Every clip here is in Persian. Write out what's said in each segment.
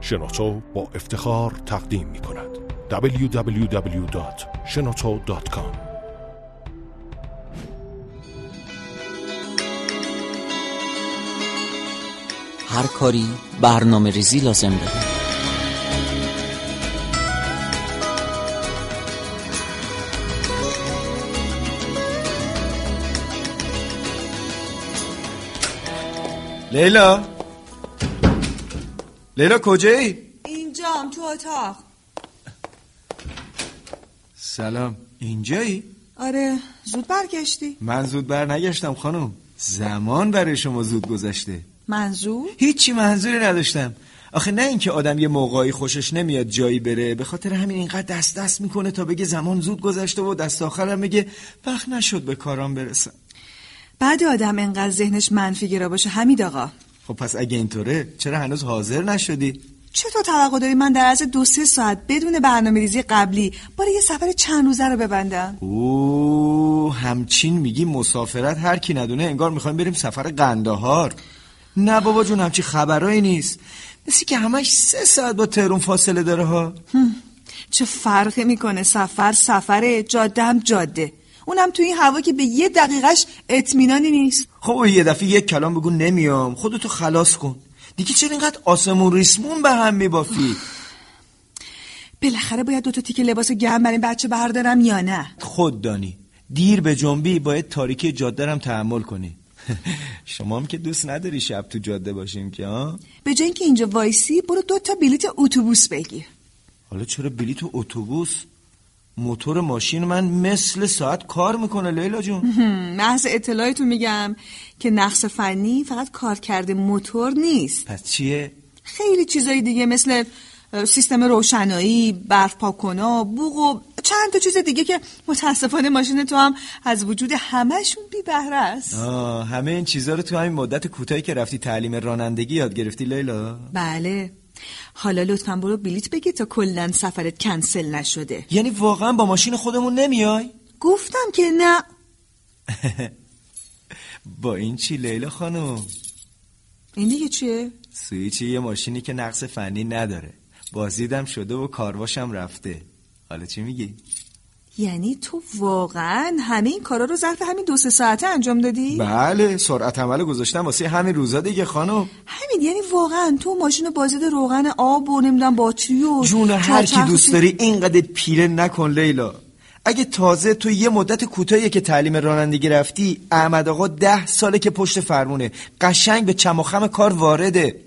شنوتو با افتخار تقدیم می کند www.shenoto.com هر کاری برنامه ریزی لازم داره لیلا لیلا کجایی؟ اینجام تو اتاق سلام اینجایی؟ آره زود برگشتی من زود بر نگشتم خانم زمان برای شما زود گذشته منظور هیچی منظوری نداشتم آخه نه اینکه آدم یه موقعی خوشش نمیاد جایی بره به خاطر همین اینقدر دست دست میکنه تا بگه زمان زود گذشته و دست آخرم بگه وقت نشد به کارام برسم بعد آدم انقدر ذهنش منفی گرا باشه حمید آقا خب پس اگه اینطوره چرا هنوز حاضر نشدی؟ چطور توقع داری من در عرض دو سه ساعت بدون برنامه ریزی قبلی باره یه سفر چند روزه رو ببندم او همچین میگی مسافرت هر کی ندونه انگار میخوایم بریم سفر قندهار نه بابا جون همچی خبرایی نیست مثل که همش سه ساعت با تهرون فاصله داره ها چه فرقی میکنه سفر سفر جاده هم جاده اونم تو این هوا که به یه دقیقش اطمینانی نیست خب یه دفعه یک کلام بگو نمیام خودتو خلاص کن دیگه چرا اینقدر آسمون ریسمون به هم میبافی بالاخره باید دو تا تیکه لباس گرم برای این بچه بردارم یا نه خود دانی دیر به جنبی باید تاریکی جاده رم تحمل کنی شما هم که دوست نداری شب تو جاده باشیم که ها به جای اینکه اینجا وایسی برو دو تا بلیت اتوبوس بگیر حالا چرا بلیت اتوبوس موتور ماشین من مثل ساعت کار میکنه لیلا جون هم، محض اطلاعتون میگم که نقص فنی فقط کارکرد موتور نیست پس چیه خیلی چیزای دیگه مثل اه، سیستم روشنایی، برف پاکونا، بوق و چند تا چیز دیگه که متاسفانه ماشین تو هم از وجود همشون بی بهره است. آه همه این چیزها رو تو همین مدت کوتاهی که رفتی تعلیم رانندگی یاد گرفتی لیلا بله. حالا لطفا برو بلیت بگیر تا کلا سفرت کنسل نشده. یعنی واقعا با ماشین خودمون نمیای گفتم که نه. با این چی لیلا خانم این دیگه چیه؟ سویچی یه ماشینی که نقص فنی نداره بازدیدم شده و کارواشم رفته حالا چی میگی یعنی تو واقعا همه این کارا رو ظرف همین دو سه ساعته انجام دادی؟ بله سرعت عمل گذاشتم واسه همین روزا دیگه خانم همین یعنی واقعا تو ماشین رو بازدید روغن آب و نمیدونم باتری و جون هر کی چرخ و دوست داری اینقدر پیله نکن لیلا اگه تازه تو یه مدت کوتاهی که تعلیم رانندگی رفتی احمد آقا ده ساله که پشت فرمونه قشنگ به چم و خم کار وارده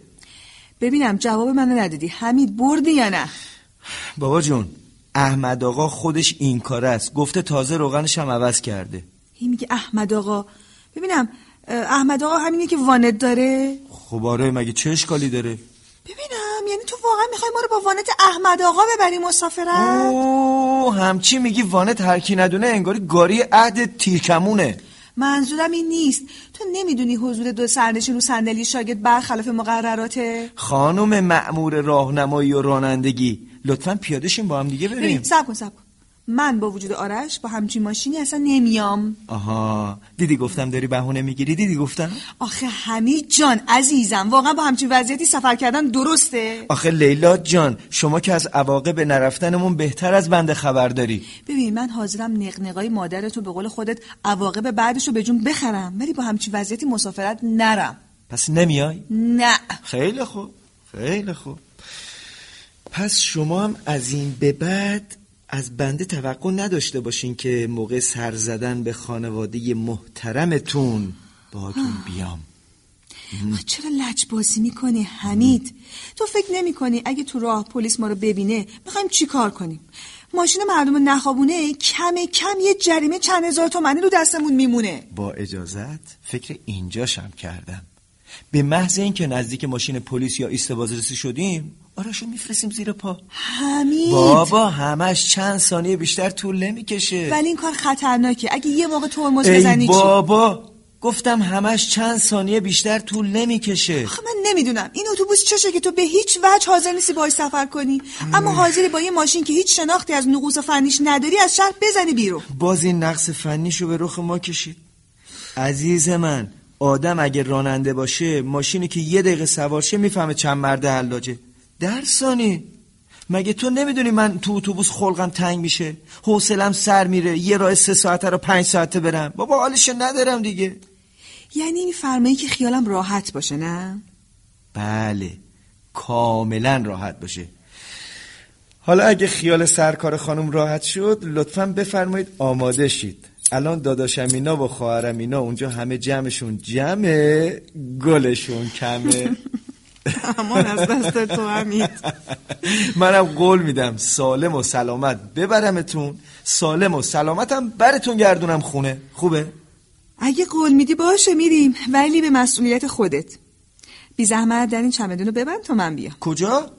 ببینم جواب منو ندادی حمید بردی یا نه بابا جون احمد آقا خودش این کار است گفته تازه روغنش هم عوض کرده هی میگه احمد آقا ببینم اه، احمد آقا همینی که وانت داره خب آره مگه چه اشکالی داره ببینم یعنی تو واقعا میخوای ما رو با وانت احمد آقا ببری مسافرت اوه همچی میگی وانت هر کی ندونه انگاری گاری عهد تیرکمونه منظورم این نیست تو نمیدونی حضور دو سرنشین رو صندلی شاگرد برخلاف مقرراته خانم معمور راهنمایی و رانندگی لطفا پیاده شیم با هم دیگه بریم ببین سب کن سب کن من با وجود آرش با همچین ماشینی اصلا نمیام آها دیدی گفتم داری بهونه میگیری دیدی گفتم آخه حمید جان عزیزم واقعا با همچین وضعیتی سفر کردن درسته آخه لیلا جان شما که از عواقب نرفتنمون بهتر از بنده خبر داری ببین من حاضرم نقنقای مادرتو به قول خودت عواقب بعدشو به جون بخرم ولی با همچین وضعیتی مسافرت نرم پس نمیای نه خیلی خوب خیلی خوب پس شما هم از این به بعد از بنده توقع نداشته باشین که موقع سر زدن به خانواده محترمتون باهاتون بیام آخه چرا لجبازی میکنی حمید تو فکر نمیکنی اگه تو راه پلیس ما رو ببینه میخوایم چی کار کنیم ماشین مردم نخابونه کم کم یه جریمه چند هزار تومنی رو دستمون میمونه با اجازت فکر اینجاشم کردم به محض اینکه نزدیک ماشین پلیس یا ایست بازرسی شدیم آرشو میفرستیم زیر پا حمید بابا همش چند ثانیه بیشتر طول نمیکشه ولی این کار خطرناکه اگه یه موقع ترمز ای بزنی چی بابا گفتم همش چند ثانیه بیشتر طول نمیکشه آخه من نمیدونم این اتوبوس چشه که تو به هیچ وجه حاضر نیستی باهاش سفر کنی اما حاضری با یه ماشین که هیچ شناختی از نقوص و فنیش نداری از شهر بزنی بیرون باز این نقص فنیشو به رخ ما کشید عزیز من آدم اگه راننده باشه ماشینی که یه دقیقه سوار شه میفهمه چند مرده حلاجه در ثانی مگه تو نمیدونی من تو اتوبوس خلقم تنگ میشه حوصلم سر میره یه راه سه ساعته رو پنج ساعته برم بابا حالشو ندارم دیگه یعنی میفرمایی که خیالم راحت باشه نه بله کاملا راحت باشه حالا اگه خیال سرکار خانم راحت شد لطفا بفرمایید آماده شید الان داداشم اینا و خواهرم اینا اونجا همه جمعشون جمعه گلشون کمه امان از دست تو حمید منم قول میدم سالم و سلامت ببرمتون سالم و سلامتم برتون گردونم خونه خوبه؟ اگه قول میدی باشه میریم ولی به مسئولیت خودت بی زحمت در این چمدون رو ببند تا من بیام کجا؟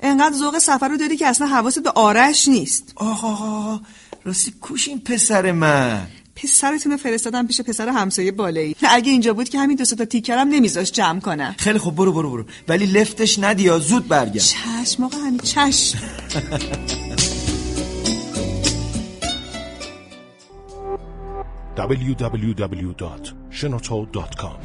انقدر ذوق سفر رو داری که اصلا حواست به آرش نیست آقا آقا راستی کوش این پسر من پسرتون رو فرستادم پیش پسر همسایه بالایی اگه اینجا بود که همین دو سه تا تیکرم نمیذاش جمع کنم خیلی خب برو برو برو ولی لفتش ندی یا زود برگرد چشم آقا همین چشم www.shenoto.com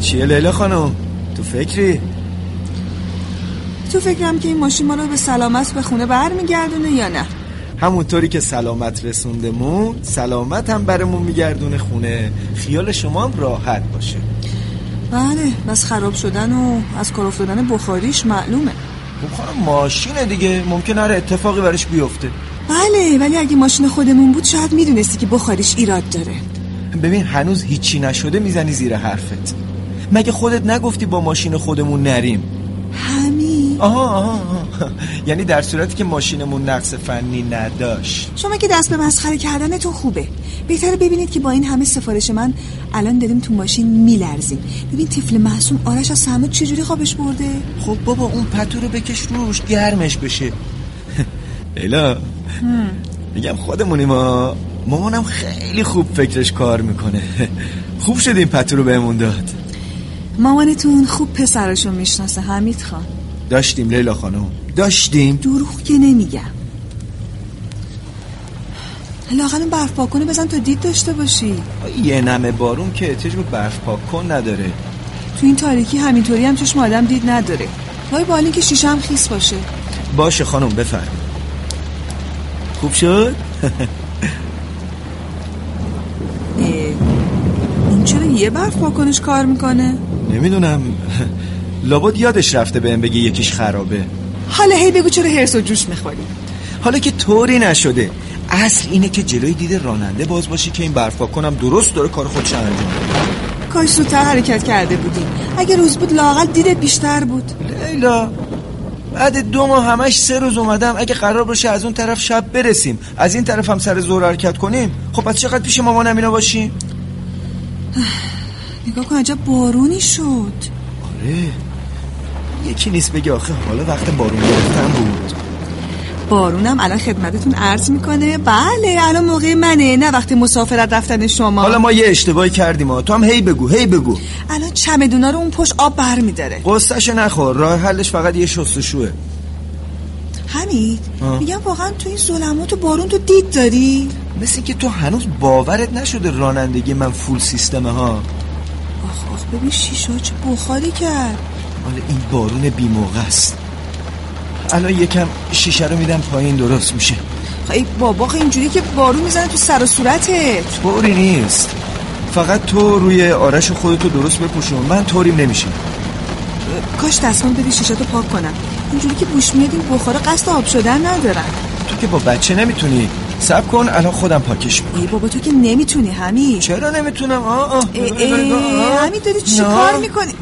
چیه لیلا خانم تو فکری تو فکرم که این ماشین ما رو به سلامت به خونه برمیگردونه یا نه همونطوری که سلامت رسوندمون سلامت هم برمون میگردونه خونه خیال شما هم راحت باشه بله بس خراب شدن و از کار افتادن بخاریش معلومه خب خانم ماشینه دیگه ممکن هر اتفاقی برش بیفته بله ولی اگه ماشین خودمون بود شاید میدونستی که بخاریش ایراد داره ببین هنوز هیچی نشده میزنی زیر حرفت مگه خودت نگفتی با ماشین خودمون نریم همین آها آها آها. یعنی در صورتی که ماشینمون نقص فنی نداشت شما که دست به مسخره کردنتون خوبه بهتره ببینید که با این همه سفارش من الان داریم تو ماشین میلرزیم ببین طفل معصوم آرش از همه چجوری خوابش برده خب بابا اون پتو رو بکش روش گرمش بشه لیلا میگم خودمونیم ما مامانم خیلی خوب فکرش کار میکنه خوب شد این پتو رو بهمون داد مامانتون خوب پسرشو میشناسه حمید خان داشتیم لیلا خانم داشتیم دروغ که نمیگم لاغل اون برف پاکنه بزن تا دید داشته باشی یه نمه بارون که احتیاج به برف پاک کن نداره تو این تاریکی همینطوری هم چشم آدم دید نداره وای بالین که شیشه هم خیس باشه باشه خانم بفرم خوب شد؟ اه، این چرا یه برف پاکنش کار میکنه نمیدونم لابد یادش رفته بهم بگه یکیش خرابه حالا هی بگو چرا هرس و جوش میخوری حالا که طوری نشده اصل اینه که جلوی دید راننده باز باشی که این برفا کنم درست داره کار خودش انجام میده. کاش زودتر حرکت کرده بودی اگه روز بود لاقل دیدت بیشتر بود لیلا بعد دو ماه همش سه روز اومدم اگه قرار باشه از اون طرف شب برسیم از این طرف هم سر ظهر حرکت کنیم خب پس چقدر پیش مامانم اینا باشیم نگاه کن عجب بارونی شد آره یکی نیست بگه آخه حالا وقت بارون گرفتن بود بارونم الان خدمتتون عرض میکنه بله الان موقع منه نه وقت مسافرت رفتن شما حالا ما یه اشتباهی کردیم ها تو هم هی بگو هی بگو الان چمدونا رو اون پشت آب برمیداره قصهشو نخور راه حلش فقط یه شستشوه حمید آه. میگم واقعا تو این ظلمات و بارون تو دید داری مثل که تو هنوز باورت نشده رانندگی من فول سیستمه ها آخ آخ ببین شیشه چه بخاری کرد حالا این بارون بی موقع است الان یکم شیشه رو میدم پایین درست میشه خب، ای بابا خب اینجوری که بارون میزنه تو سر و صورتت طوری نیست فقط تو روی آرش خودتو درست بپوشون من طوریم نمیشه کاش دستمال بدی شیشه تو پاک کنم اینجوری که بوش میاد این بخار قصد آب شدن ندارن تو که با بچه نمیتونی سب کن الان خودم پاکش می‌کنم. ای بابا تو که نمیتونی همین چرا نمیتونم آه آه همین داری چی کار میکنی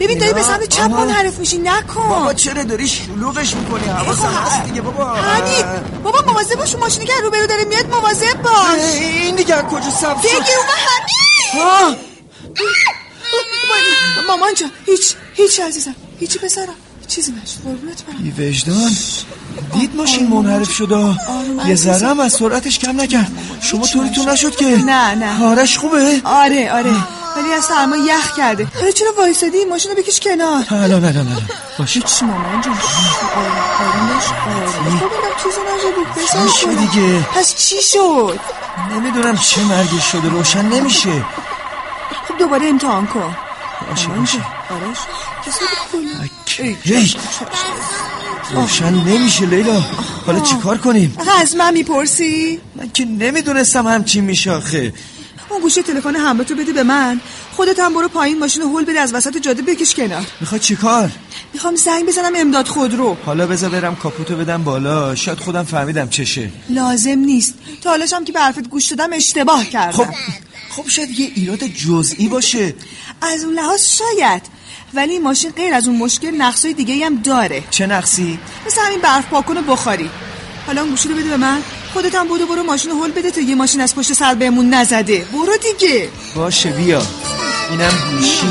ببین داری به نه. سمت چپ آها. منحرف میشی نکن بابا چرا داری شلوغش میکنی ای حواسم خب، هست دیگه بابا حمید بابا مواظب باش اون ماشینی که روبرو داره میاد مواظب اه، باش این دیگه از کجا سب بگیر شد اومد حمید آه، وای، مامان جان هیچ هیچ عزیزم هیچی پسرم چیزی نشد قربونت برم بی وجدان دید ماشین منحرف شده یه ذره هم از سرعتش کم نکرد شما طوریتون نشد که نه، نه. آرش خوبه آره آره ولی از سرما یخ کرده آره چرا وایسادی این ماشین رو بکش کنار الان الان الان باش هیچ مامان جان شش، آروم آروم باش، آروم باش. بابا، خب چیزی نشده بزن چی کنم. دیگه؟ پس چی شد نمیدونم چه مرگی شده روشن نمیشه خب دوباره امتحان کن باشه باشه آرش کسی بکنی ری روشن نمیشه لیلا حالا چیکار کنیم آخه از من میپرسی من که نمیدونستم همچین میشه آخه اون گوشه تلفن همه تو بده به من خودت هم برو پایین ماشین رو هل بده از وسط جاده بکش کنار میخواد چیکار میخوام زنگ بزنم امداد خود رو حالا بذار برم کاپوتو بدم بالا شاید خودم فهمیدم چشه لازم نیست تا حالا هم که به حرفت گوش دادم اشتباه کردم خب خب شاید یه ایراد جزئی باشه از اون لحاظ شاید ولی این ماشین غیر از اون مشکل نقصای دیگه هم داره چه نقصی مثل همین برف پاکن و بخاری حالا اون گوشی رو بده به من خودت هم بودو برو ماشین رو هل بده تا یه ماشین از پشت سر بهمون نزده برو دیگه باشه بیا اینم گوشی